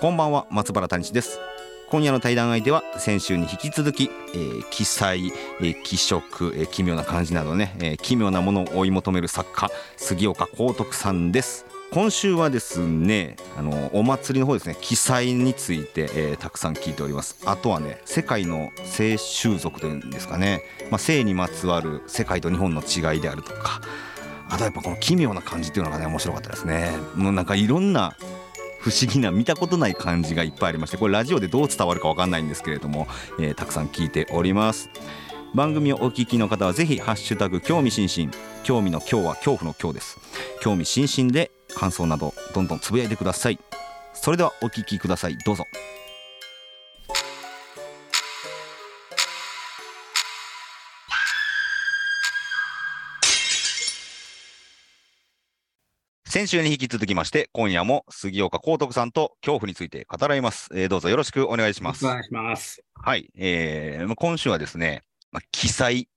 こんばんは松原谷志です今夜の対談相手は先週に引き続き、えー、奇才、えー、奇色、えー、奇妙な感じなどね、えー奇妙なものを追い求める作家杉岡幸徳さんです今週はですねあのお祭りの方ですね奇才について、えーたくさん聞いておりますあとはね世界の性習俗というんですかね、まあ、性にまつわる世界と日本の違いであるとかあとやっぱこの奇妙な感じっていうのがね面白かったですねもうなんかいろんな不思議な見たことない感じがいっぱいありましてこれラジオでどう伝わるかわかんないんですけれども、えーたくさん聞いております番組をお聞きの方はぜひハッシュタグ興味津々興味の今日は恐怖の今日です興味津々で感想などどんどんつぶやいてくださいそれではお聞きくださいどうぞ先週に引き続きまして今夜も杉岡幸徳さんと恐怖について語らいます、えーどうぞよろしくお願いしますお願いします。はい、えー、まあ今週はですね、まあ、記載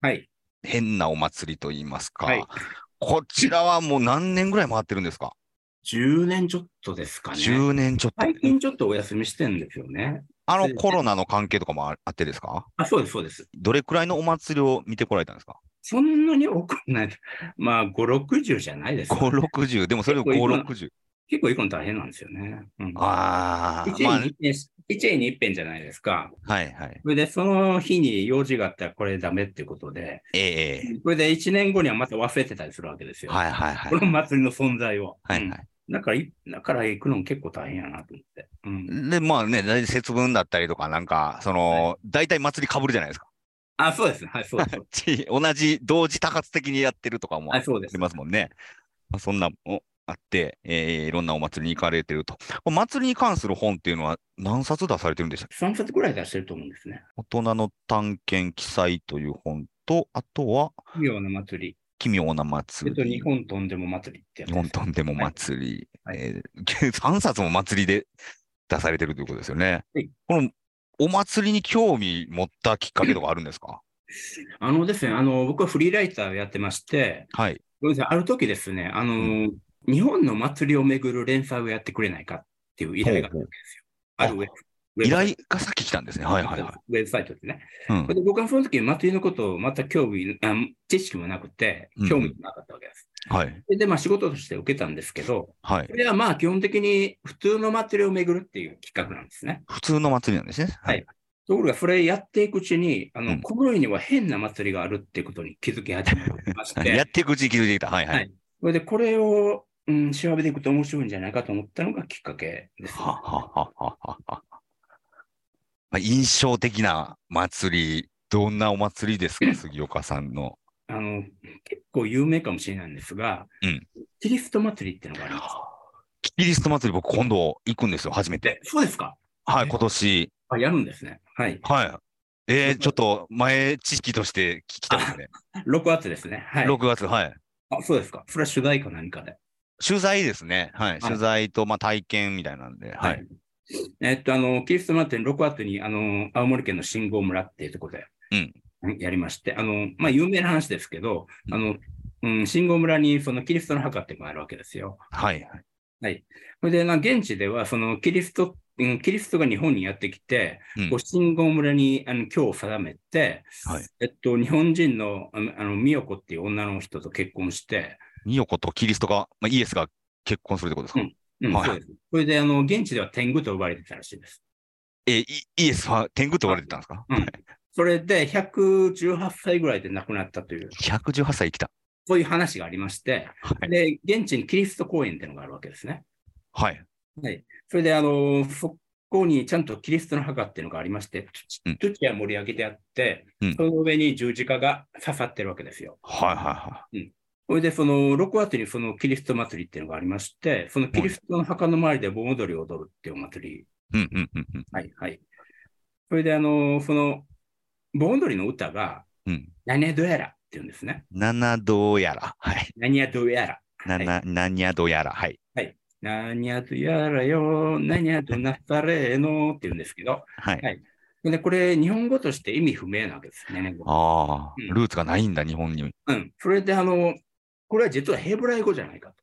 はい。変なお祭りといいますか、はい。こちらはもう何年ぐらい回ってるんですか10年ちょっとですかね。 10年ちょっと。最近ちょっとお休みしてんですよね。あのコロナの関係とかもああってですかあ、そうです、そうです。どれくらいのお祭りを見てこられたんですかそんなに多くない。 まあ、5、60じゃないです、ね。 ?5、60。でもそれでも結構今5、60。結構行くの大変なんですよね。うん、あ1あ、年まに一遍し一年に一遍じゃないですか。あ、はいはい。それで、その日に用事があったらこれダメっていうことで、えええそれで1年後にはまた忘れてたりするわけですえよ。はいはいはいこ。の祭りの存在を。はいはうい。んだからい、だから行くのも結構大変やなと思って。うん、で、まあね、大体節分だったりとか、なんか、その、大体祭り被るじゃないですか。 あ、そうです。はい、そうです。そうでち同じ、同時多発的にやってるとかもすはい、そうですあり。ますもんね。まあ、そんなもあって、えーいろんなお祭りに行かれてると。お祭りに関する本っていうのは何冊出されてるんでしたっけ3冊ぐらい出してると思うんですね。大人の探検記載という本と、あとは奇妙な祭り。奇妙なそれ祭とり日。本とんでも祭りってやつ日です。本とんでも祭り、はいえー 3冊も祭りで出されてるということですよね。はいこのお祭りに興味持ったきっかけとかあるんですかあのですね、あの、僕はフリーライターをやってまして、はい。ごめんなさい、ある時ですね、あの、日本の祭りをめぐる連載をやってくれないかっていう依頼があったわけですよ。あるウェブ。依頼がさっき来たんですね。はいはいはい。ウェブサイトですね。うんで僕はその時祭りのことを全く興味あ、知識もなくてうん、興味もなかったわけです。はい。で、まあ仕事として受けたんですけど、はいこ。れはまあ基本的に普通の祭りをめぐるっていう企画なんですね。普通の祭りなんですね。はいところが、それやっていくうちに、あの、うんこの世には変な祭りがあるっていうことに気づき始めましやてっ、ていくうちに気づいてきた。はいはい。はいそれでこれを、うん、調べていくと面白いんじゃないかと思ったのがきっかけです。はははははは。まあ、印象的な祭り、どんなお祭りですか、杉岡さんの。あの、結構有名かもしれないんですが、うんキリスト祭りってのがあります。キリスト祭り、僕、今度行くんですよ、初めでて。そうですかはい、今年。あやるんですね。はい。はい。えー、ちょっと前知識として聞きたいですね。 6月ですね。はい。 6月、はい。あそうですか。それは取材か何かで。取材ですね。はい。取材と、まあ、体験みたいなんで。はい。。えっと、あの、キリスト祭りの6月に、あの、青森県の信号村っていうところで、うんやりまして、あの、まあ、有名な話ですけど、うんあの、うん、信号村にそのキリストの墓っていうのがあるわけですよ。はい。それで、な現地では、そのキリスト、うんキリストが日本にやってきて、うんこう信号村にあの今を定めて、はいえっと、日本人のあのあの美代子っていう女の人と結婚して、ニヨコとキリストが、まあ、イエスが結婚するってことですか、うんうんはいそうですそれであの現地では天狗と呼ばれてたらしいです。えーイイエスは天狗と言われてたんですか、うんそれで118歳ぐらいで亡くなったという、 118歳生きた。そういう話がありまして、はい。で、現地にキリスト公園っていうのがあるわけですね。はい。それで、あの、そこにちゃんとキリストの墓っていうのがありまして、うん土土や盛り上げてあってうん、その上に十字架が刺さってるわけですよ。はいはいはそれで、その、6月にそのキリスト祭りっていうのがありまして、そのキリストの墓の周りで盆踊りを踊るっていうお祭り。うんうんうんうんはい、はい。それで、あの、その、盆踊りの歌が、うん何やどやらっていうんですね。七度やらはい何やどやら。なはいな何やどやらはい何やどやらよ、何やどなされのっていうんですけど、はい、はいで、これ、日本語として意味不明なわけですね。ああうんルーツがないんだ日本にうん。それで、あの、これは実はヘブライ語じゃないかと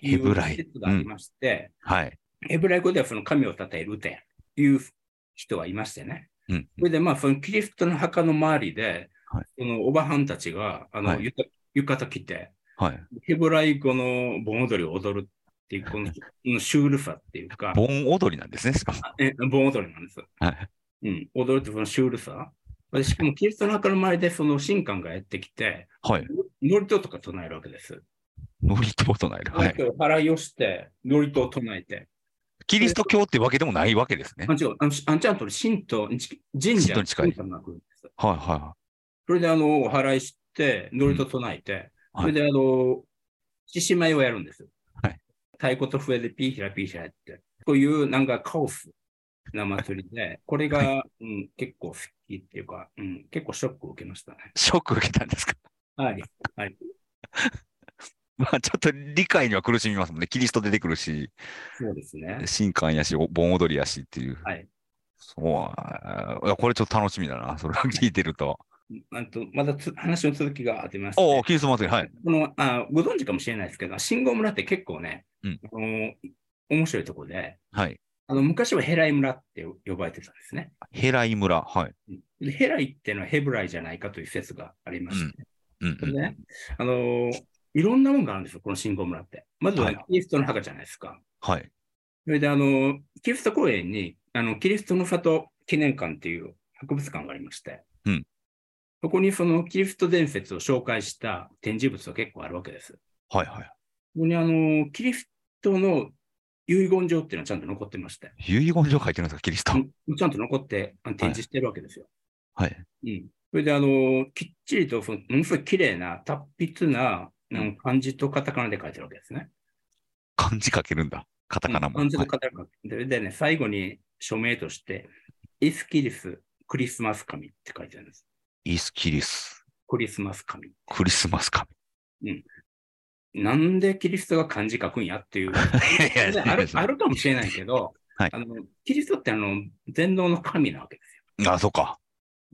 いヘブうライ説がありまして、はいヘブライ語ではその神を称える歌やという人はいましてね。うんそれで、まあ、そのキリストの墓の周りで、はいそのおばはんたちが、あの、はい浴浴衣着て、はいヘブライ語の盆踊りを踊るっていう、こ のこのシュールさっていうか、盆踊りなんですねしかもえ盆踊りなんです。はいうん、踊るってそのシュールさ。でしかもキリストの墓の周りでその神官がやってきて、はい祝詞とか唱えるわけです。ノリと唱えるははいい、払いをして、祝詞を唱えて、キリスト教ってわけでもないわけですねあんちゃん、あのあんちゃんと神道、神神社道に近い神様が来るんです。はいはそれで、あの、お祓いして、祝詞を唱えて、はいそれで、あの、獅子舞をやるんです。はい太鼓と笛でピーヒラピーヒラやって、こういうなんかカオスな祭りで、これが、うん、結構好きっていうか、うん、結構ショックを受けましたね。いショック受けたんですか はい。まあちょっと理解には苦しみますもんねキリスト出てくるしそうですね。新刊やし、お盆踊りやしっていう。はい。そうあーいやこれちょっと楽しみだな、それを聞いてると。あと、まだつ話の続きがあります、おお、キリスト祭り、はい。このあご存知かもしれないですけど、信号村って結構ね、うんあの面白いとこで、はい。あの昔はヘライ村って呼ばれてたんですね。ヘライ村、はい。でヘライっていうのはヘブライじゃないかという説がありまして、うんそれでねあのいろんなもんがあるんですよ、この信号村って。まずははいキリストの墓じゃないですか。はい。それであの、キリスト公園にあのキリストの里記念館っていう博物館がありまして、うんそこにそのキリスト伝説を紹介した展示物が結構あるわけです。はいはい。ここにあの、キリストの遺言状っていうのはちゃんと残ってまして、遺言状書いてるんですか、キリスト。うんちゃんと残ってあの展示してるわけですよ。はい。うん。それであの、きっちりと、そのものすごい綺麗な達筆な、あの漢字とカタカナで書いてるわけですね。漢字書けるんだ。カタカナも。うん漢字はといカタカナ。それでね、最後に署名として、イスキリス、クリスマス神って書いてあるんです。イースキリス、クリスマス神。クリスマス 神。なんでキリストが漢字書くんやってい いう。やいやあるあるるかもしれないけど、はいあのキリストってあの全能の神なわけですよあ、そうか。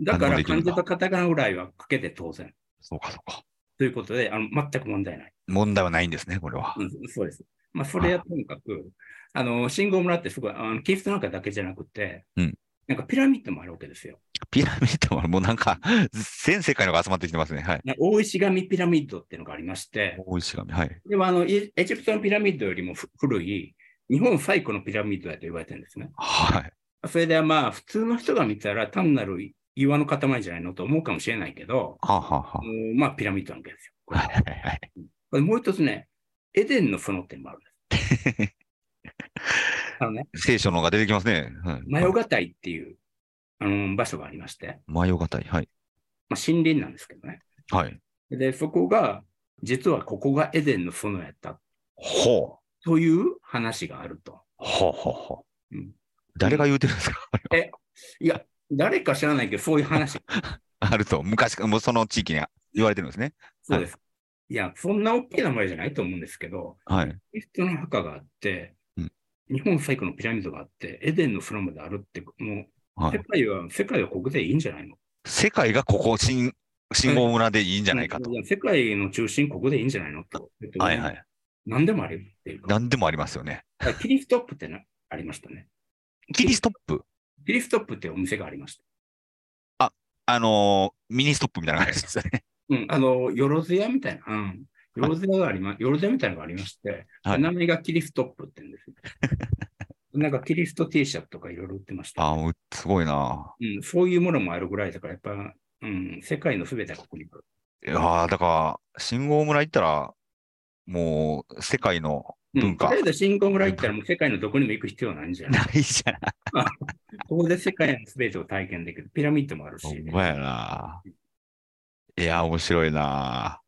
だか何でもできら、る漢んだ字とカタカナぐらいは書けて当然。そうか、そうか。ということで、あの全く問題ない。問題はないんですね、これは。うんそうです。まあ、それはとにかく、あの、信号村ってすごい、あのキリストなんかだけじゃなくて、うんなんかピラミッドもあるわけですよ。ピラミッドはもう なんか、全世界のが集まってきてますね。はい。な大石神ピラミッドっていうのがありまして、大石神、はい。でもあの、エエジプトのピラミッドよりもふ古い、日本最古のピラミッドだと言われてるんですね。はい。それでまあ、普通の人が見たら単なる岩の塊じゃないのと思うかもしれないけど、はあ、はあはあのまあ、ピラミッドなわけですよ。こあ、れはいはいはい。これもう一つね、エデンの園っていうのもあるんです。あのね、聖書の方が出てきますね。はい、マヨガタイっていう、あの場所がありまして、マヨガタイ。はい。まあ、森林なんですけどね。はい。で、そこが、実はここがエデンの園やったほう。という話があると。ほうほうほう。うん誰が言うてるんですか いや、誰か知らないけど、そういう話。あると、昔から、もうその地域に言われてるんですね。そうです。いや、そんな大きな前じゃないと思うんですけど、はい。キリストの墓があって、うん日本最古のピラミッドがあって、エデンの園まであるって、もう、は世い、界は、世界はここでいいんじゃないの世界がここ、信信号村でいいんじゃないかと。や世界の中心、ここでいいんじゃないのと。えっとはいはい。何でもあるっていうか。何でもありますよね。キリストップってなありましたね。キリストップ。キリストップってお店がありました。あのーミニストップみたいな感じ ですよね。うん、あの、よろずやみたいな。うん。よろずやがありま、よろずやみたいなのがありまして、はい名前がキリストップって言うん ですよ。なんかキリスト T シャツとかいろいろ売ってました。あーすごいな。うん、そういうものもあるぐらいだから、やっぱ、うん、世界のすべてはここにある。いやーだから、信号村行ったら、もう、世界のうん文化とりあえず新興村行ったらもう世界のどこにも行く必要はないんじゃないないじゃない。ここで世界のすべてを体験できる。ピラミッドもあるし。ほんまやな。いや、面白いな。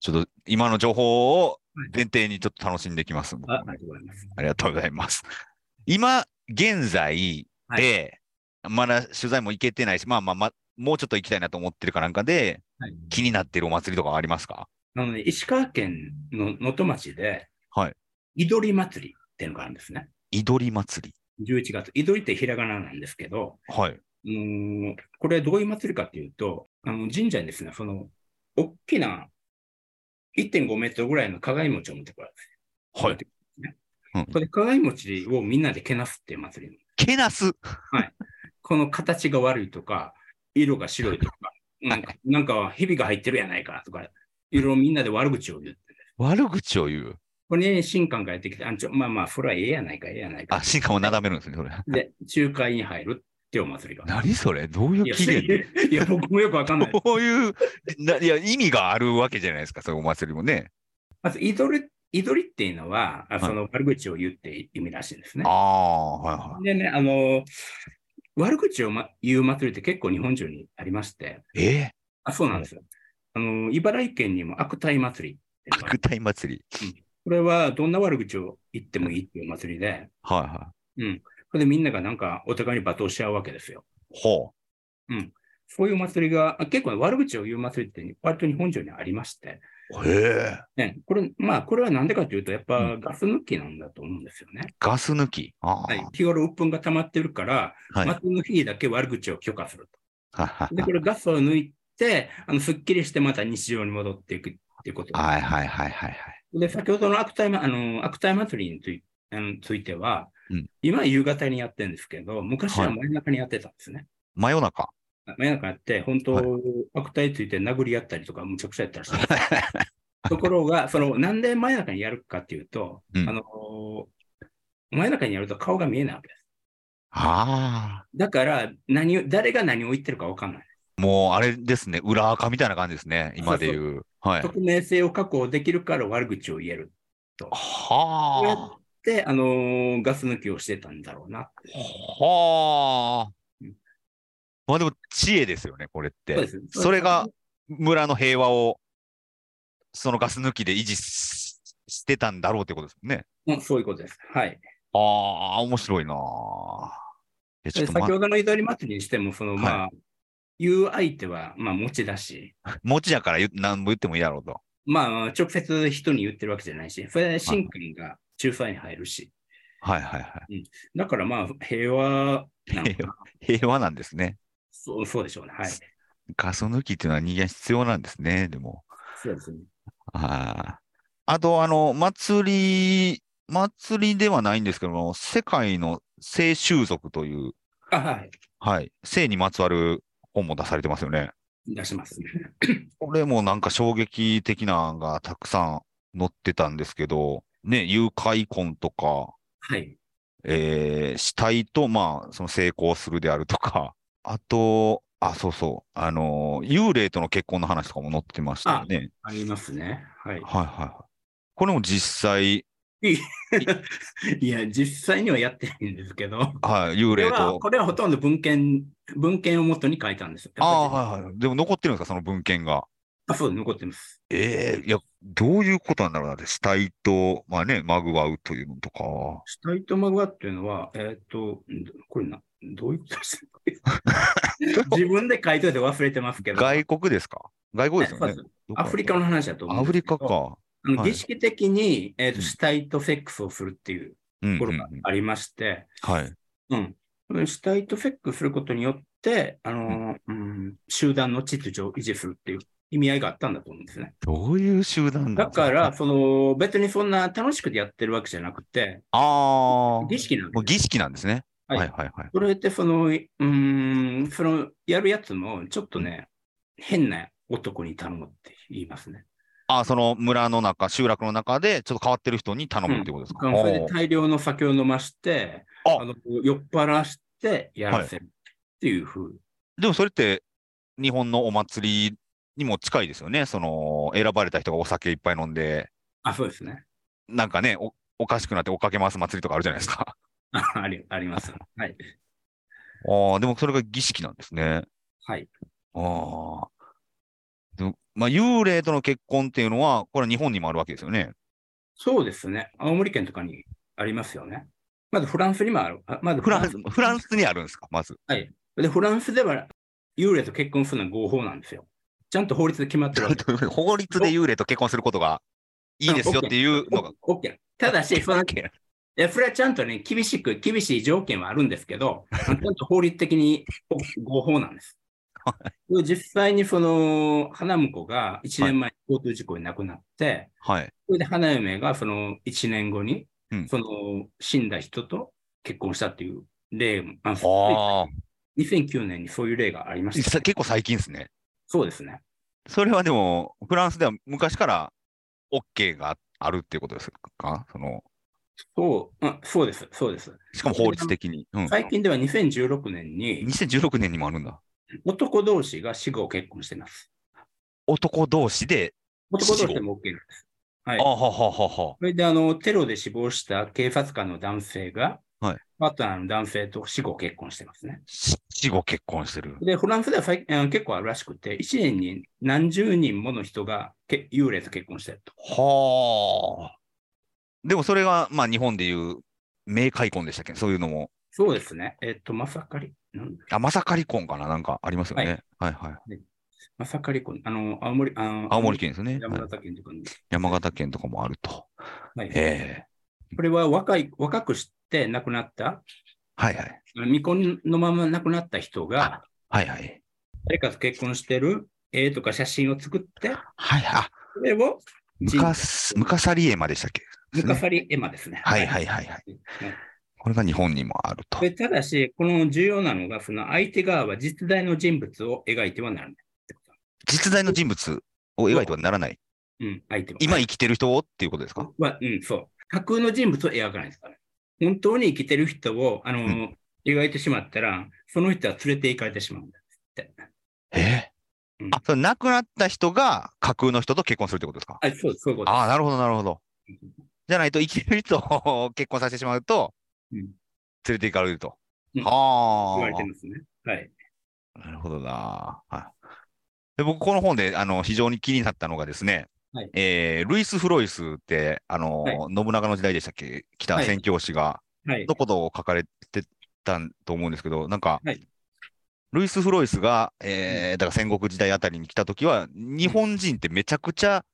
ちょっと今の情報をはい前提にちょっと楽しんできます。僕ああもりがとうございます。ありがとうございます。今、現在で、まだ取材も行けてないし、まあまあ、まあ、もうちょっと行きたいなと思ってるかなんかで、はい気になってるお祭りとかありますかなので、石川県の能登町で、はい。いどり祭りっていうのがあるんですね。いどり祭11月。いどりってひらがななんですけど、り。はい。あのーこれどういう祭りかっていうと、あの神社にですね、その、大きな1.5メートルぐらいの鏡餅を持ってこられて、はい。。うんこれ鏡餅をみんなでけなすっていう祭り。けなす。この形が悪いとか、色が白いとか、なんか、なんかひびが入ってるやないかとか、いろいろみんなで悪口を言って。悪口を言う。これに新官がやってきて、あんちょ、まあまあ、それはええやないか、ええやないかあ、。進化をなだめるんですね、それ。で、仲介に入るっていうお祭りが。何それどういいうや、起源でいや僕もよくわかんない。 どういう、ないや、意味があるわけじゃないですか、そういうお祭りもね。まず、いどり、いどりっていうのは、あいその悪口を言うって意味らしいんですねあ。あ、はいはでね、あの、悪口を、ま、言う祭りって結構日本中にありまして、い。えあ、そうなんですよ。あの、茨城県にも悪態祭りっていうー、のが悪態祭り。これはどんな悪口を言ってもいいっていう祭りで、はいはうん。これでみんながなんかお互いに罵倒し合うわけですよ。い。ほそういう祭りが、あ結構悪口を言う祭りって割と日本中にありまして、う。へえ。ね、これ、まあ、これはなんでかというと、やっうぱガス抜きなんだと思うんですよね。ガス抜き。あはいあ、、日頃鬱憤が溜まってるから、はい。祭りの日だけ悪口を許可するははと。で、これガスを抜いて、あのすっきりしてまた日常に戻っていくっていうこと。はいはいはいはいはい。で、先ほどの悪態ま、あの、悪態祭りについあのついては、うん今夕方にやってるんですけど、昔ははい真夜中にやってたんですね。真夜 中。真夜中やって、本当、はい悪態ついて殴り合ったりとか、むちゃくちゃやったらしいんです ところが、その、なんで真夜中にやるかっていうと、うんあの、真夜中にやると顔が見えないわけです。あだから、何を、誰が何を言ってるか分かんない。あ。もうあれですね。裏垢みたいな感じですね。今で言う。はい。匿名性を確保できるから悪口を言える。はあ。で、あの、ガス抜きをしてたんだろうな。はあ。まあでも知恵ですよね、これって。そうですねそれが村の平和を、そのガス抜きで維持ししてたんだろうってことですもんね。うんそういうことです。はい。ああ、面白いなえ、ちょでっと、ま先、ほどの祈り祭りにしても、その、はいまあ、言う相手は、まあ、持ちだし、持ちやから言何も言ってもいいやろうと。まあ、直接人に言ってるわけじゃないし、それで神君が仲裁に入るし、はいはいはだからまあ、平和なのか平な。い。平和なんですね。そうそうでしょうね。はい。ガス抜きっていうのは人間必要なんですね、でも。そうですね。ああ。あと、あの、祭り、祭りではないんですけども、世界の性習俗という、あ、はい。はい、性にまつわる本も出されてますよね。出します。これもなんか衝撃的なのがたくさん載ってたんですけど、ね、誘拐婚とか、はい。えー死体と、まあ、その性交するであるとか、あと、あ、そうそう、あの、幽霊との結婚の話とかも載ってましたよね。ありますね。ははい。いはいはい。これも実際、いや、実際にはやってないんですけど、はい、幽これ霊はと。これはほとんど文献、文献をもとに書いたんですよ。ああ、はいはい。でも残ってるんですか、その文献が。あ、そうです、残ってます。ええいや、どういうことなんだろうなって、死体と、まあね、まぐわうというのとか。死体とマグワっていうのは、えーっと、んこれな、どういうことですか 自分で書いといて忘れてますけど。外国ですか外国ですよはねい。そうですアフリカの話だと思うんアですフけリどカ。か。あのはい儀式的に、えーっとうん死体とセックスをするっていううんとうこんうろんがありまして、はい。うん。死体とセックスすることによって、あの、うん、集団の秩序を維持するっていう意味合いがあったんだと思うんですね。どういう集団だかあら、その、別にそんな楽しくてやってるわけじゃなくて、あー。儀式なんもうです。儀式なんですね。ははいいはいはい。それって、その、うん、その、やるやつも、ちょっとね、変な男に頼むって言いますね。ああ、その村の中、集落の中で、ちょっと変わってる人に頼むってことですか。それでおー大量の酒を飲まして、あの酔っ払してやらせるっていうふうにでもそれって、日本のお祭りにも近いですよね。その、選ばれた人がお酒いっぱい飲んで、あ、そうですね。 なんかね、おおかしくなって追っかけ回す祭りとかあるじゃないです か。あありあります。はい。ああ、でもそれが儀式なんですね。はい。ああ。でまあ、幽霊との結婚っていうのは、これは日本にもあるわけですよね。そうですね。青森県とかにありますよね。まずフランスにもある。あまずフランス、フランスにあるんですか、まず。で、フランスでは幽霊と結婚するのは合法なんですよ。ちゃんと法律で決まってるわけ 法律で幽霊と結婚することがいいですよっていう のが。オッケー。た だし、そのいやそれはちゃんとね、厳しく、厳しい条件はあるんです けど、ちゃんと法律的に合法なんです。実際にその花婿が1年前に交通事故に亡くなって、はい。それで花嫁がその1年後に、うんその死んだ人と結婚したっていう例もあるんですああ、 2009年にそういう例がありましたさね。結構最近ですね。そうですね。それはでも、フランスでは昔から OK があるっていうことですかその、そう、あそうです、そうです。しかも法律的に。うん。最近では2016年に2016年にもあるんだ。男同士が死後結婚してます。男同士で、男同士でも OK なんです。はいあ。はははは。それであの、テロで死亡した警察官の男性が、はいパートナーの男性と死後結婚してますね。死後結婚してる。で、フランスでは最近あの結構あるらしくて、1年に何十人もの人がけ幽霊と結婚してると。はあ。でもそれが、まあ日本でいう、名開婚でしたっけそういうのも。そうですね。えっと、まさかり、なんだあ、まさかり婚かななんかありますよね。はい、はい、まさかりこ、あの、青森、あの青森県ですね。山はい形県とかに。山形県とかもあると。はい。ええこれは若い、若くして亡くなった、はいはい。未婚のまま亡くなった人が、はいはい。誰かと結婚してる絵とか写真を作って、はいはい。あ、それを、むかす、むかさり絵までしたっけムカサリエマですね。はいはいはいはい。ねこれが日本にもあると。でただし、この重要なのが、その相手側は実在の人物を描いてはならない。実在の人物を描いてはならない。うん、相手は。今生きてる人をっていうことですかは、うん、そう。架空の人物を描かないですから。本当に生きてる人を、あの、うん描いてしまったら、その人は連れて行かれてしまうんだって。ええうんあ、その亡くなった人が架空の人と結婚するってことですかあ、そう、そういうこと。ああ、なるほど、なるほど。じゃないと、生きてる人を結婚させてしまうと、うん連れて行かれると。うんあ言われてあ、ますね。はい。なるほどな。はいで僕、この本であの非常に気になったのがですね、はいえールイス・フロイスって、あのはい信長の時代でしたっけ、来たはい宣教師が、はいの。ことを書かれてたんと思うんですけど、なんか、はいルイス・フロイスが、えーだから戦国時代あたりに来たときは、日本人ってめちゃくちゃ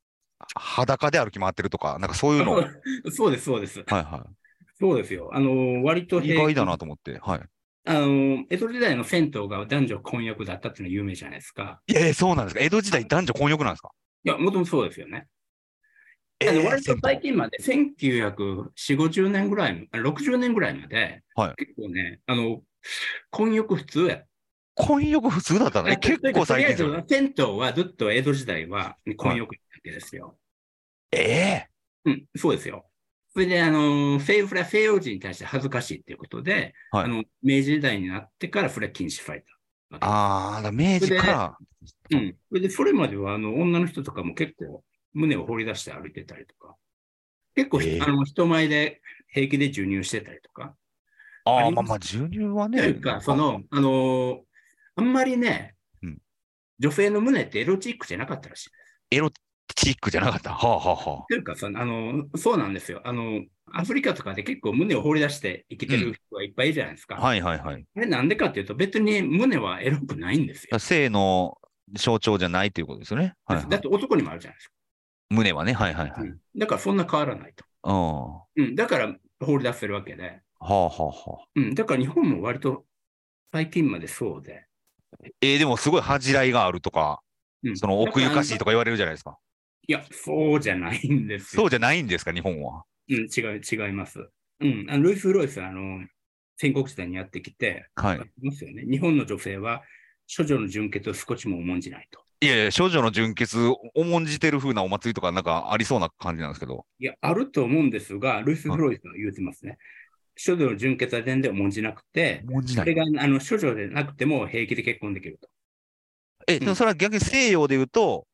裸で歩き回ってるとか、なんかそう いうの、はいそうです、そうです。はそうですよ。あの、割とい、意平外だなと思って、はい、あの、江戸時代の銭湯が男女混浴だったっていうのは有名じゃないですか。いやいや、そうなんですか、江戸時代、男女混浴なんですか。いや、もともとそうですよね。えあーの割と最銭近まで、1940、50年ぐらい、あ60年ぐらいまで、はい結構ね、あの、混浴普通やっ湯混浴普通だったた。ね、結構最近ですとりよあねえ。ず、銭湯はずっと江戸時代は混浴だったわけですよ。えうん、そうですよ。それで、あの、西洋、それは西洋人に対して恥ずかしいっていうことで、はいあの、明治時代になってから、それは禁止されたー、わけです。ああ、だから明治から、うん。それで、それまでは、あの、女の人とかも結構、胸を掘り出して歩いてたりとか、結構、ええあの、人前で平気で授乳してたりとか、あああ、りままあすまあ、授乳はといねう、か、その、あのーあんまりね、うん女性の胸ってエロチックじゃなかったらしい。エロチックじゃなかった。はあはあはあ。というかそのあのー、そうなんですよ。あのー、アフリカとかで結構胸を放り出して生きてる人がいっぱいいるじゃないですか。はいはいはい。あれなんでかっていうと、別に胸はエロくないんですよ。性の象徴じゃないということですよね。はいはいだって男にもあるじゃないですか。胸はね。はいはいはい。うん。うんだからそんな変わらないと。はうん、だから放り出せるわけで、あはあはあ。うん。だから日本も割と最近までそうで。えーでもすごい恥じらいがあるとか、うんその奥ゆかしいとだらか言われるじゃないですか。いや、そうじゃないんですよそうじゃないんですか、日本は。うん、違う、違います。うん、あのルイス・フロイスはあの、戦国時代にやってきて、はいあ。りますよね。日本の女性は、処女の純血を少しも重んじないと。いやいや、少女の純潔を重んじてる風なお祭りとかなんかありそうな感じなんですけど。いや、あると思うんですが、ルイス・フロイスは言うてますね。処女の純血は全然重んじなくて、重んじそれ。があの処女でなくても平気で結婚できると。え、でもそれは逆に西洋で言うと、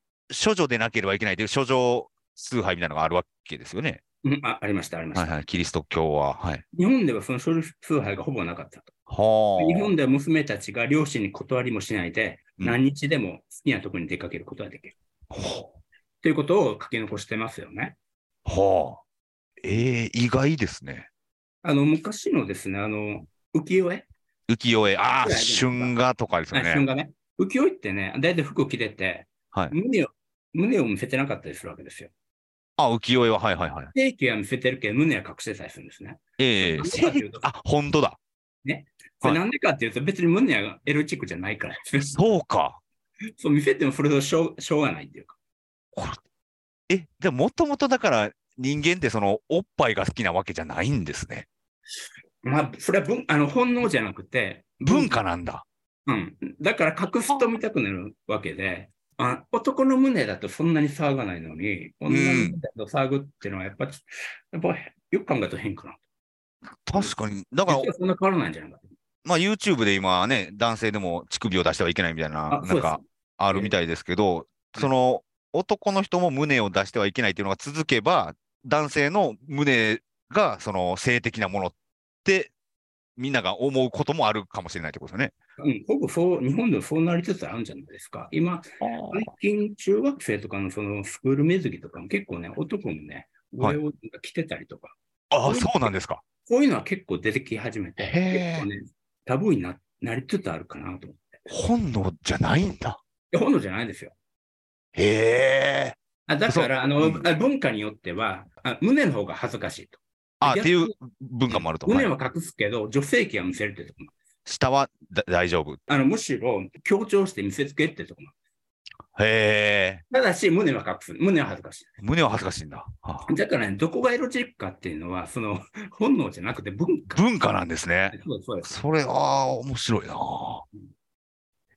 処女でなければいけないという処女崇拝みたいなのがあるわけですよね。うん、あありました、ありましはいた。はい。キリスト教は。はい。日本ではその処女崇拝がほぼなかったと。はあ。日本では娘たちが両親に断りもしないで、うん何日でも好きなところに出かけることができる。ほということを書き残してますよね。うはあ。ええ意外ですね。あの、昔のですね、あの、浮世絵、浮世絵、ああ、いやいや春画とかですよあ旬ね。がね、浮世絵ってね、大体服着てて、はい胸を、胸を見せてなかったりするわけですよ。あ浮世絵は、はいはいはい。正規は見せてるけど、胸は隠してたりするんですね。ええなんでかっていうとあ、本当だ。これはなんでかっていうと、別に胸はエロチックじゃないからです ね。そうか。そう見せてもそれとしょうしょうがないっていうか。え、でももともとだから人間ってそのおっぱいが好きなわけじゃないんですね。まあ、それは文あの本能じゃなくて、文化なんだ。うん。だから隠すと見たくなるわけで、あ男の胸だとそんなに騒がないのに、女の胸だと騒ぐっていうのはやっぱ、ちやっぱよく考えると変かな。確かに。だから実、はそんな変わらないんじゃないかと。まあ YouTube で今ね、男性でも乳首を出してはいけないみたいな、あなそうんですか。あるみたいですけど、その男の人も胸を出してはいけないっていうのが続けば、男性の胸がその性的なものって、みんなが思うこともあるかもしれないってことですうん、ほぼそう、日本でもそうなりつつあるんじゃないですか。今、よね。最近、中学生とかのそのスクール水着とかも結構ね、男もね、はい上を着てたりとか、ああ、そうなんですか。こういうのは結構出てき始めて、へー結構ね、タブーにななりつつあるかなと思って。い本能じゃないんだ。や、本能じゃないですよ。へえ。あだから、あうの、んあ文化によってはあ、胸の方が恥ずかしいと。あっ逆ていう文化もあると。胸はいは隠すけど、女性器は見せるってとこも下はだ大丈夫。あるあのむしろ強調して見せつけってとこもあへえ。るただし、胸は隠す。胸は恥ずかし胸は恥ずかしいんだ。あい。だからね、どこがエロチックかっていうのは、その、 本能じゃなくて文化。文化なんですね。そうですそうです。それ、ああ、面白いな。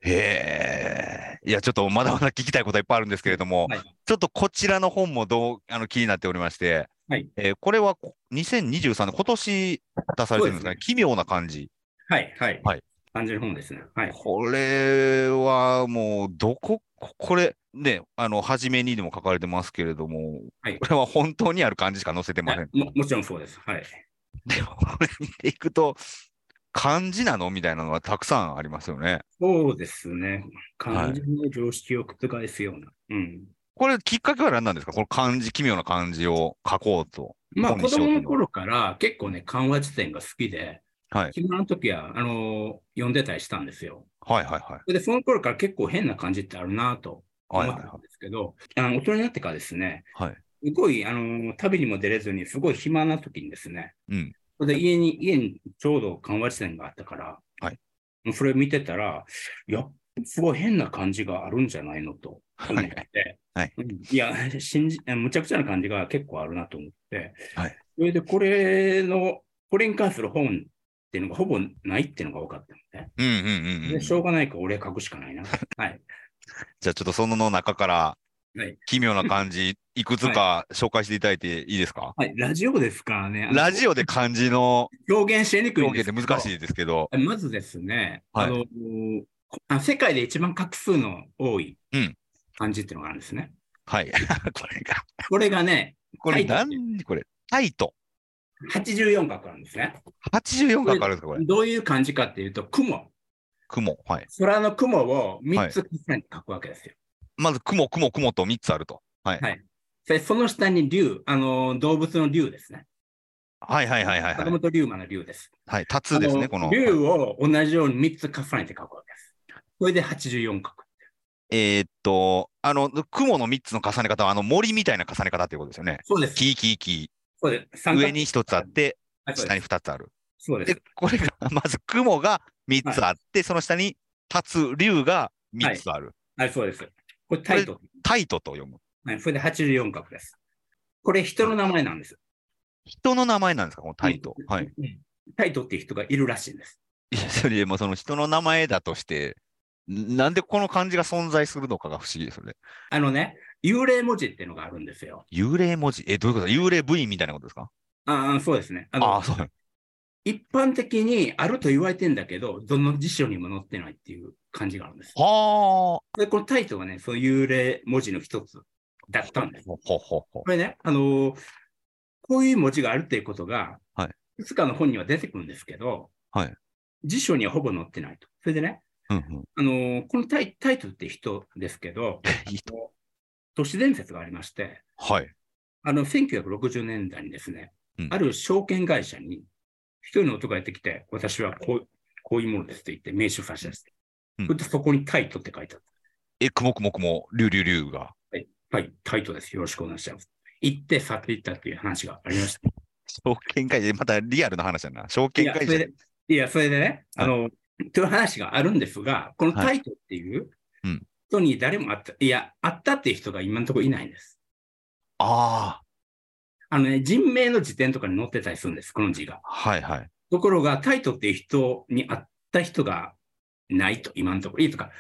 へえ。いや、ちょっとまだまだ聞きたいことはいっぱいあるんですけれども、はいちょっとこちらの本もどうあの気になっておりまして、はいえーこれはこ2023年、今年出されてるんですかね、奇妙な感じ。はい、はい。はい感じる本ですね。はい。これはもう、どこ、ここれ、ね、あの、初めにでも書かれてますけれども、はいこれは本当にある感じしか載せてません。ももちろんそうです。はい。でも、これ見ていくと、漢字なのみたいなのはたくさんありますよね。そうですね。漢字の常識を覆すような。うん。これ、きっかけは何なんですかこの漢字、奇妙な漢字を書こうと。まあ本に子しようと供思うの頃から結構ね、漢和辞典が好きで、はい暇の時は、あのー読んでたりしたんですよ。はいはいはい。それで、その頃から結構変な感じってあるなと思はいっはいてはたんですけど、あの大人になってからですね、はいすごい、あのー旅にも出れずに、すごい暇な時にですね、うんそれで家に、家にちょうど緩和地点があったから、はいもうそれ見てたら、いや、すごい変な感じがあるんじゃないのと思って、はいうんいや、信じ、むちゃくちゃな感じが結構あるなと思って、はいそれでこれの、これに関する本っていうのがほぼないっていうのが多かったので、うんうんうん、うん。でしじょうがないから俺書くし かないな。はい。ゃあ、ちょっとその中からはい、奇妙な漢字、いくつか紹介していただいていいですか、はい、ラジオですからね。ラジオで漢字のオ表現しにくいん表です現けっど。て難しいですけど、い。まずですね、はいあのこあ、世界で一番画数の多いうん漢字っていうのがあるんですね。はい。 これが、これがね、これタイト何、これ、タイト。 84画あるんですね。 84がかかるんですか、これ。どういう漢字かっていうと、雲。雲。はい。空の雲を3つ重ねて書くわけですよ。まず、雲、雲、雲と3つあると。はい。はいでその下に竜、あの動物の竜ですね。はいはいはいはいは坂い。本龍馬の竜です。はい、タツですあね、のこの。竜を同じように3つ重ねて書くわけです。これで84画。えーっと、あの、雲の3つの重ね方は、あの森みたいな重ね方っていうことですよね。そうです。キーキーキそうです。ー。三角上に1つあって、はいそう下でにす2つある。そうでで、す。これが、 まず雲が3つあって、その下にタツ、竜が3つある。はい、そうです。これタイトタイトと読む。ル。はい、それで84画です。これ人の名前なんです。人の名前なんですか、このタイト。はい。うん。タイトっていう人がいるらしいんです。いや、それでもその人の名前だとして、なんでこの漢字が存在するのかが不思議ですよね。あのね、幽霊文字っていうのがあるんですよ。幽霊文字、え、どういうこと幽霊部員みたいなことですかああ、そうですね。あのああー、そう。一般的にあると言われてんだけど、どの辞書にも載ってないっていう感じがあるんです。はで、このタイトがね、その幽霊文字の一つだったんですあ。。ほほほほこ。れね、あのーこういう文字があるっていうことが、はいい、くつかの本には出てくるんですけど、はい辞書にはほぼ載ってないと。それでね、うんうんあのーこのタイタイトルって人ですけど、あの都市伝説がありまして、はい。あの1960年代にですね、うんある証券会社に、一人の男がやってきて、私はこうこういうものですと言って名刺を差し出して、うんそれでそこにタイトって書いてあっえ、くもくもくも、りゅうりゅうりゅうが。た。はい、タイトです。よろしくお願いします。行って去っていったという話がありました。証券会社、またリアルな話だな。証い券や、会それ社で。、いや、それでね、はあいの、という話があるんですが、このタイトっていううん人に誰も会った、いや、会ったっていう人が今のところいないんです。ああのね、人名の辞典とかに載ってたりするんです、この字があ。。はいはい。ところが、タイトっていう人に会った人がないと、今のところ。いいとか、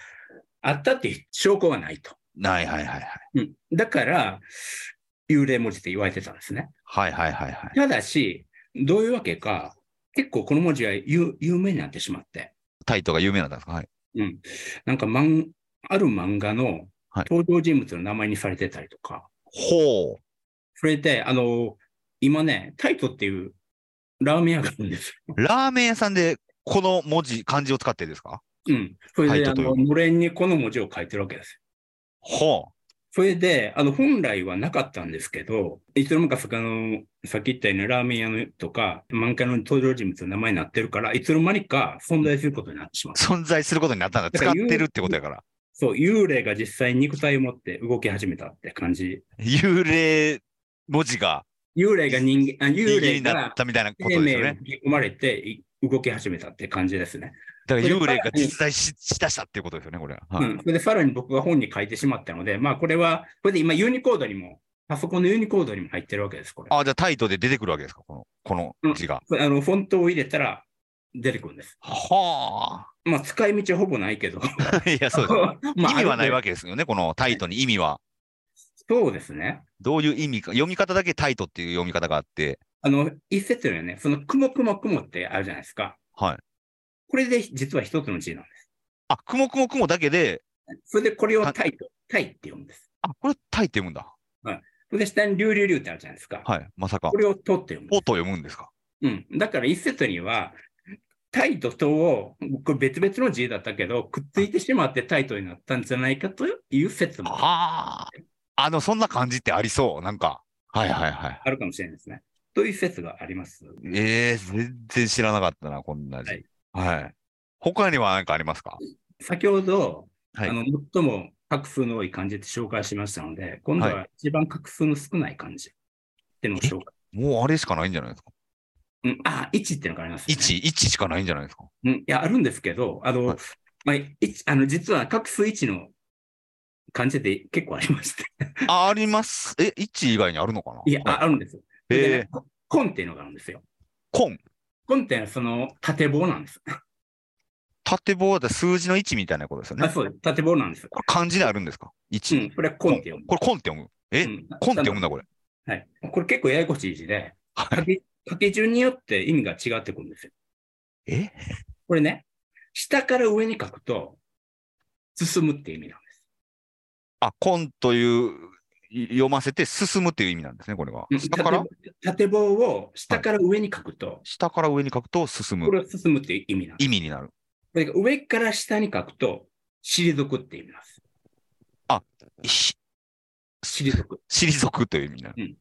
会ったっていう証拠はないと。ないはいはいはい。うん、だから、幽霊文字って言われてたんですね。はいはいはいはい。ただし、どういうわけか、結構この文字は有有名になってしまって。タイトが有名なんですかはい。うん、なんか漫ある漫画のはい登場人物の名前にされてたりとか、ほう。それで、あの、今ね、タイトっていうラーメン屋があるんですよ。ラーメン屋さんで、この文字、漢字を使ってですかうん。それタイで、トあというの、のれんにこの文字を書いてるわけですよ。ほそれで、あの、本来はなかったんですけど、いつの間にかさあの、さっき言ったようにラーメン屋のとか、漫画の登場人物の名前になってるから、いつの間にか存在することになってしまうう。。存在することになったんだ。だか使っらてるってことやから。そう、幽霊が実際に肉体を持って動き始めたって感じ。幽霊文字が幽霊が人間、あ幽人間霊にながったみたいなことです生よ命をね。生まれてい動き始めたって感じですね。だからそれ幽霊が実在ししだしたっていうことですよね、これは。はうん、それでさらに僕が本に書いてしまったので、まあこれは、これで今ユニコードにも、パソコンのユニコードにも入ってるわけです、これ。あじゃあタイトで出てくるわけですか、このこの字が。これあのフォントを入れたら出てくるんです。はまあ使い道ほぼないけど。あ。いや、 そうです。 まあ意味はないわけけですよね、このタイトに意味は。そうですね。どういう意味か、読み方だけタイトっていう読み方があって、あの、一説にはね、その雲雲雲ってあるじゃないですか。はい。これで実は一つの字なんであ、くもくもくもだけで、す。それでこれをたタイと、タイって呼ぶんです。あ、これタイって読むんだ。それで下にリュウリュウリュウってあるじゃないですか。はい、まさか。これをとって呼ぶんですおと読むんですか。うん、だから一説には、タイとトをこれ別々の字だったけど、くっついてしまってタイトになったんじゃないかという説もはあ。あの、そんな感じってありそう、なんか。はいはいはい。あるかもしれないですね。という説があります。ええ全然知らなかったな、こんな字。はいはい。他には何かありますか先ほど、はいあの最も画数の多い漢字って紹介しましたので、今度はは一番画数の少ない漢字っていうのを紹介。もうあれしかないんじゃないですか。うん、あ、1っていうのがあります、ね。 1、1しかないんじゃないですか。うん、いや、あるんですけど、あの、はいまあ、一あの実は画数1の漢字って結構ありまして。あ、あります。え、1以外にあるのかないや、あああるんですよ。えでえね、コンっていうのがあるんですよ。コン。コンっていうのはその縦棒なんです。縦棒だ数字の1みたいなことですよあね。そうです。縦棒なんです。これ漢字であるんですかう ?1。ん、これはコンって読む。これコンって読む。え、うんコンって読むんだ、これ。はい。これ結構ややこしい字で、は書い。き書き順によって意味が違ってくるんですよ。えこれね、下から上に書くと、進むっていう意味なんあ、コンという、い読ませて進むっていう意味なんですね、これは。です。うん下から縦棒縦棒を下から上に書くと、下から上に書くと進これむ。は進むっていう意味なんです。意味になる。これが上から下に書くと、退くっていう意味なんです。ひ退く。退くという意味になる。うん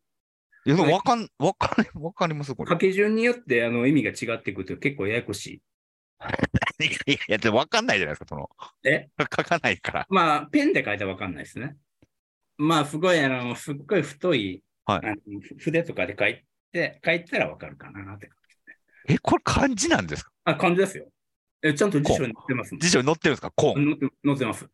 いや、でもわかん、わかり、わかりますこれ書。き順によってあの意味が違ってくると結構ややこしい。いやいや、でもわかんないじゃないですか、その。え書かないから。まあ、ペンで書いたらわかんないですね。まあ、すごい、あの、すっごい太い、はいあの筆とかで書いて、書いたらわかるかなって。え、これ漢字なんですかあ、感じですよ。えちゃんと辞書に載ってますもん辞書に載ってるんですかコン。載って載ってます。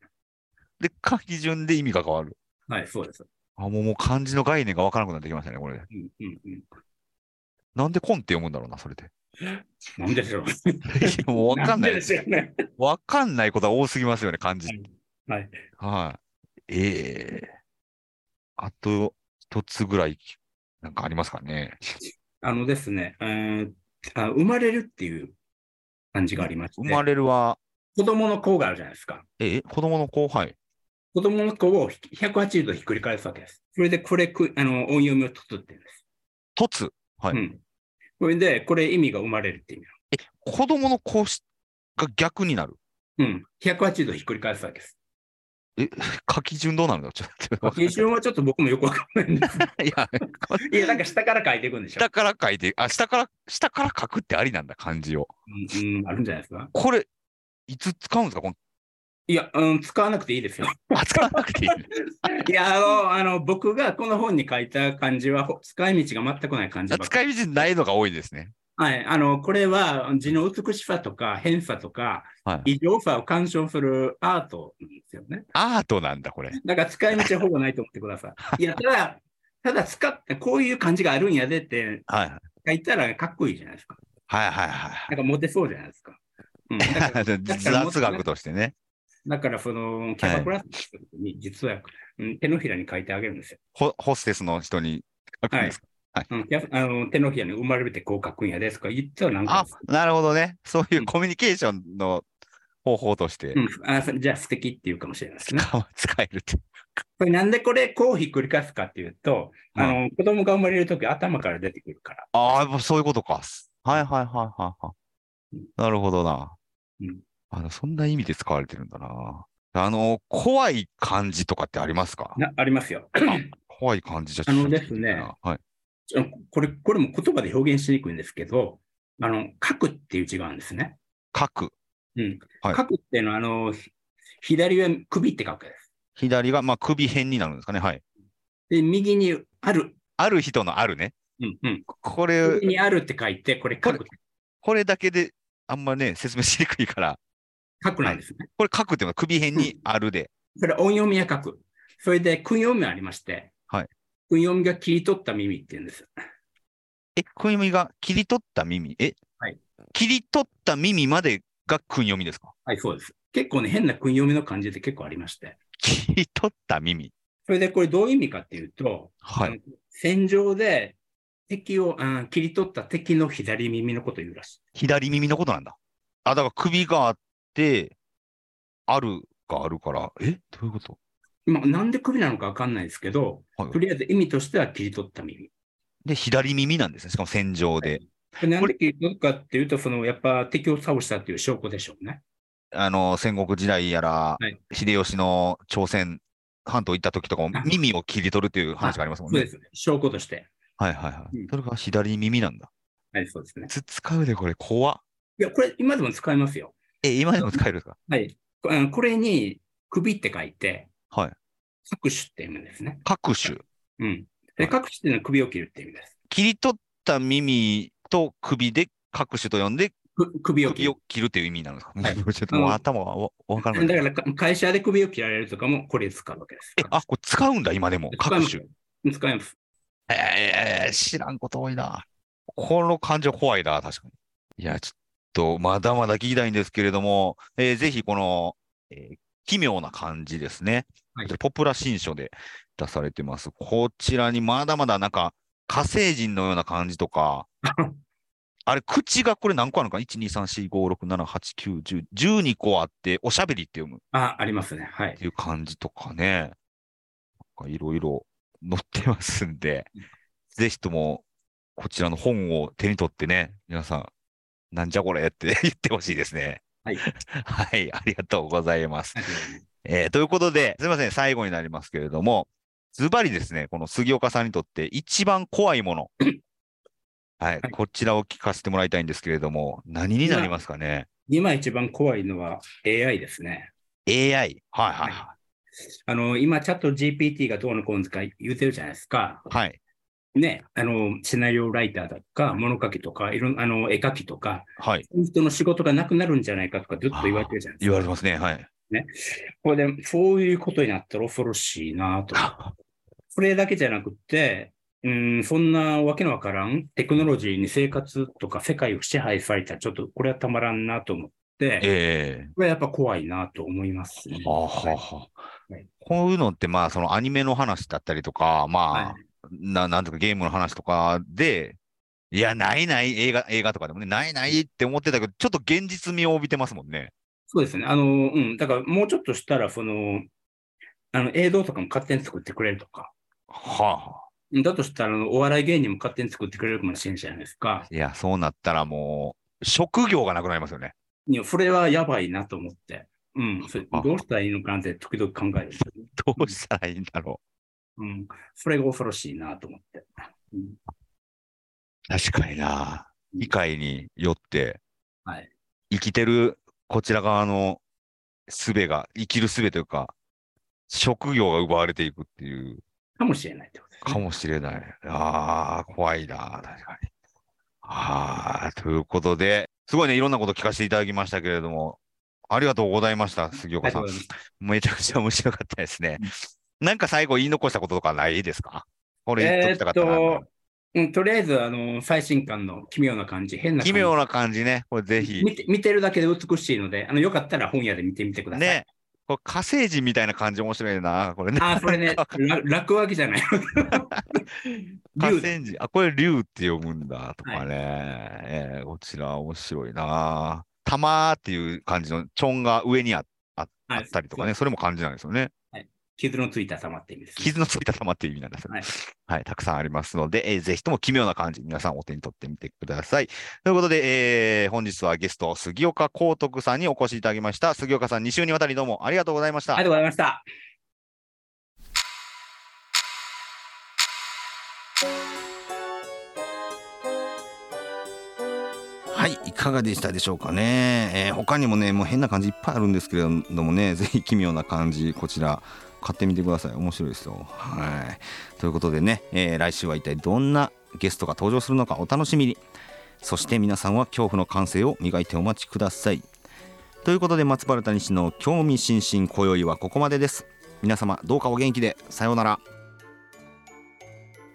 で、書き順で意味が変わる。はい、そうです。あ、もう、もう漢字の概念がわからなくなってきましたね、これ。うんうんうなんでコンって読むんだろうな、それ で。ん。なんでしょう。いやもうわかんなでい。しょうね。わかんないことは多すぎますよね、漢字。はい。はい。ええあと、一つぐらい、なんかありますかね。あのですね、えーあ生まれるっていう漢字がありまして、生まれるは、子供の子があるじゃないですか。え、子供の後輩。子供の子を180度ひっくり返すわけです。それで、これく、あの、音読みをとつって言うんです。突。はいうん。これで、これ意味が生まれるっていう意味。子供の子が逆になる。うん、180度ひっくり返すわけです。書き順どうなるのちょっと待っ基準はちょっと僕もよくわかんないん ですけて。いや、ど。いや、なんか下から書いていくんでしょ。下から書いて、あ、下から、下から書くってありなんだ、漢字を。うん、うん、あるんじゃないですか。これ、いつ使うんですかこの、いや、うん、使わなくていいですよ。扱わなくていい。いや、あの、あの僕がこの本に書いた漢字は、ほ使い道が全くない漢字ばっかり使い道ないのが多いですね。はい、あの、これは字の美しさとか変さとか、はい。異常さを鑑賞するアートなんですよね。アートなんだ、これ。だから使い道はほぼないと思ってください。いや、ただ、ただ使って、こういう漢字があるんやでってはい。はい書いたらかっこいいじゃないですか。はいはいなんかモテそうじゃないですか。 うん、だかはらい。雑学としてね。だからその、キャバクラに実は、うん手のひらに書いてあげるんですよ。ホホステスの人に書くんですか、うん、キャあの手のひらに生まれてこう書くんやですとか言ったらなんかあ、なるほどね。そういうコミュニケーションの方法としてうん、あじゃあ素敵っていうかもしれないですね。使わ 使えるって。これなんでこれこうひっくり返すかっていうと、はいあの子供が生まれるとき頭から出てくるから。ああ、やっぱそういうことか。はいはいはいはいはういん。なるほどな。うんあのそんな意味で使われてるんだな。あの、怖い漢字とかってありますかなありますよ。怖い漢字じゃあのちょっと聞いてみたいなですね。はい。ちょこれ、これも言葉で表現しにくいんですけど、あの、書くっていう字があるんですね。書く。うん。はい書くっていうのは、あの、ひ左上、首って書くです。左が、まあ、首辺になるんですかね。はい。で、右にある。ある人のあるね。うんうん。これ右、にあるって書いて、これ書く。これだけであんまね、説明しにくいから、書くなんですね。これ書くっていうのは首辺にあるで。それ音読みは書く。それで、訓読みありまして、はい。訓読みが切り取った耳って言うんです。え、訓読みが切り取った耳。え、はい切り取った耳までが訓読みですかはい、そうです。結構ね、変な訓読みの感じって結構ありまして。切り取った耳。それで、これどういう意味かっていうと、はうい。ん戦場で敵を、あー切り取った敵の左耳のことを言うらしい。左耳のことなんだ。あ、だから首があって、あるがあるから、えどういうこと今、なんで首なのかわかんないですけど、はいとりあえず意味としては切り取った耳。で、左耳なんですね。しかも戦場で。でなんで切り取るかっていうと、そのやっぱ敵を倒したっていう証拠でしょうね。あの、戦国時代やら、はい秀吉の朝鮮半島行った時とかもあ耳を切り取るっていう話がありますもんそうねで。す。証拠として。はいはいはい。うんそれが左耳なんだ。はい、そうですね。つ使うでこれ怖っいや、これ今でも使えますよ。え、今でも使えるんですかはい。こあのこれに首って書いて、はい。各種って読むんですね。各種。うん。で、各種っていうのは首を切るっていう意味です。切り取った耳と首で各種と呼んでく首を切首るを。切るという意味になるんですか、はい ちょっともう頭がわわからない。だからか会社で首を切られるとかもこれ使うわけです。え、あ、これ使うんだ、今でも。使い各ます種。。使います。 えー、知らんこと多いな。この感情怖いな、確かに。いや、ちょっと、まだまだ聞きたいんですけれども、えーぜひこの、えー奇妙な感じですね。はいポプラ新書で出されてます。こちらにまだまだなんか、火星人のような感じとか、あれ、口がこれ何個あるのか ?1、2、3、4、5、6、7、8、9、10、12個あって、おしゃべりって読む。あ、ありますね。はいっ。ていう感じとかね、なんかいろいろ載ってますんで、ぜひともこちらの本を手に取ってね、皆さん、なんじゃこれって 言ってほしいですね。はいはい、ありがとうございますあ。りがとうございますえーということで、すいません、最後になりますけれども、ズバリですね、この杉岡さんにとって一番怖いも の。はい、こちらを聞かせてもらいたいんですけれども、何になりますかね今一番怖いのは AI ですね。 ?AI。はいはいはあの今、チャット GPT がどうのこうのとか言うてるじゃないですか。い。はい。ね、あのシナリオライターだとか、物書きとか、いろんあの絵描きとか、はい。そういう人の仕事がなくなるんじゃないかとか、ずっと言われてるじゃないで言われてますね。はい。すか。これで、そういうことになったら恐ろしいなと。それだけじゃなくて、うん、そんなわけのわからんテクノロジーに生活とか世界を支配されたら、ちょっとこれはたまらんなと思って、ええこれはやっぱ怖いなと思いますね。はあはあはあはいこういうのって、まあ、そのアニメの話だったりとか、はまあ、いななんとかゲームの話とかで、いや、ないない、映画、映画とかでもね、ないないって思ってたけど、ちょっと現実味を帯びてますもんね。そうですね。あの、うん。だから、もうちょっとしたら、その、あの、映像とかも勝手に作ってくれるとか。はあはだとしたら、あのお笑い芸人も勝手に作ってくれるかもしれないじゃないですかあ。。いや、そうなったらもう、職業がなくなりますよね。いや、それはやばいなと思って。うん。それあどうしたらいいのかなって時々考える。どうしたらいいんだろうん。それが恐ろしいなと思って。うん。う。確かにな。理解によって、はい生きてるこちら側の術が、生きる術というか、職業が奪われていくっていうかもしれないってことですねかもしれない。ああ、怖いな、確かに。ああ、ということで、すごいね、いろんなこと聞かせていただきましたけれども、ありがとうございました、杉あ岡りがさとんうございます。めちゃくちゃ面白かったですね。なんか最後言い残したこととかないですかこれ言っときたかったな。えーっとうん、とりあえず、あの、最新刊の奇妙な感じ、変な感じ奇妙な感じね。これぜひ。見て見てるだけで美しいので、あのよかったら本屋で見てみてください。ね。これ火星人みたいな感じ面白い な。これね。ああ、これね、ら落書き じゃない。火竜星人。あ、これ竜って読むんだとかね。えーこちら面白いな。玉っていう感じのチョンが上にああはいったりと かね。それも感じなんですよね。傷のついた玉って意味です、ね。傷のついた玉っていう意味なんですよね。はいはい、たくさんありますので、えーぜひとも奇妙な感じ、皆さんお手に取ってみてください。ということで、えー本日はゲスト、杉岡光徳さんにお越しいただきました。杉岡さん、2週にわたりどうもありがとうございましたありが。とうございました。はい、いかがでしたでしょうかね。えー他にもね、もう変な感じいっぱいあるんですけれどもね、ぜひ奇妙な感じ、こちら、買ってみてください。面白いですよ。はい。ということでね、えー来週は一体どんなゲストが登場するのかお楽しみに。そして皆さんは恐怖の感性を磨いてお待ちください。ということで、松原谷氏の興味津々、今宵はここまでです。皆様、どうかお元気で。さようなら。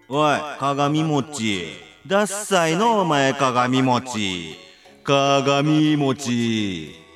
おい、鏡餅。ダッサいのお前鏡餅。鏡餅。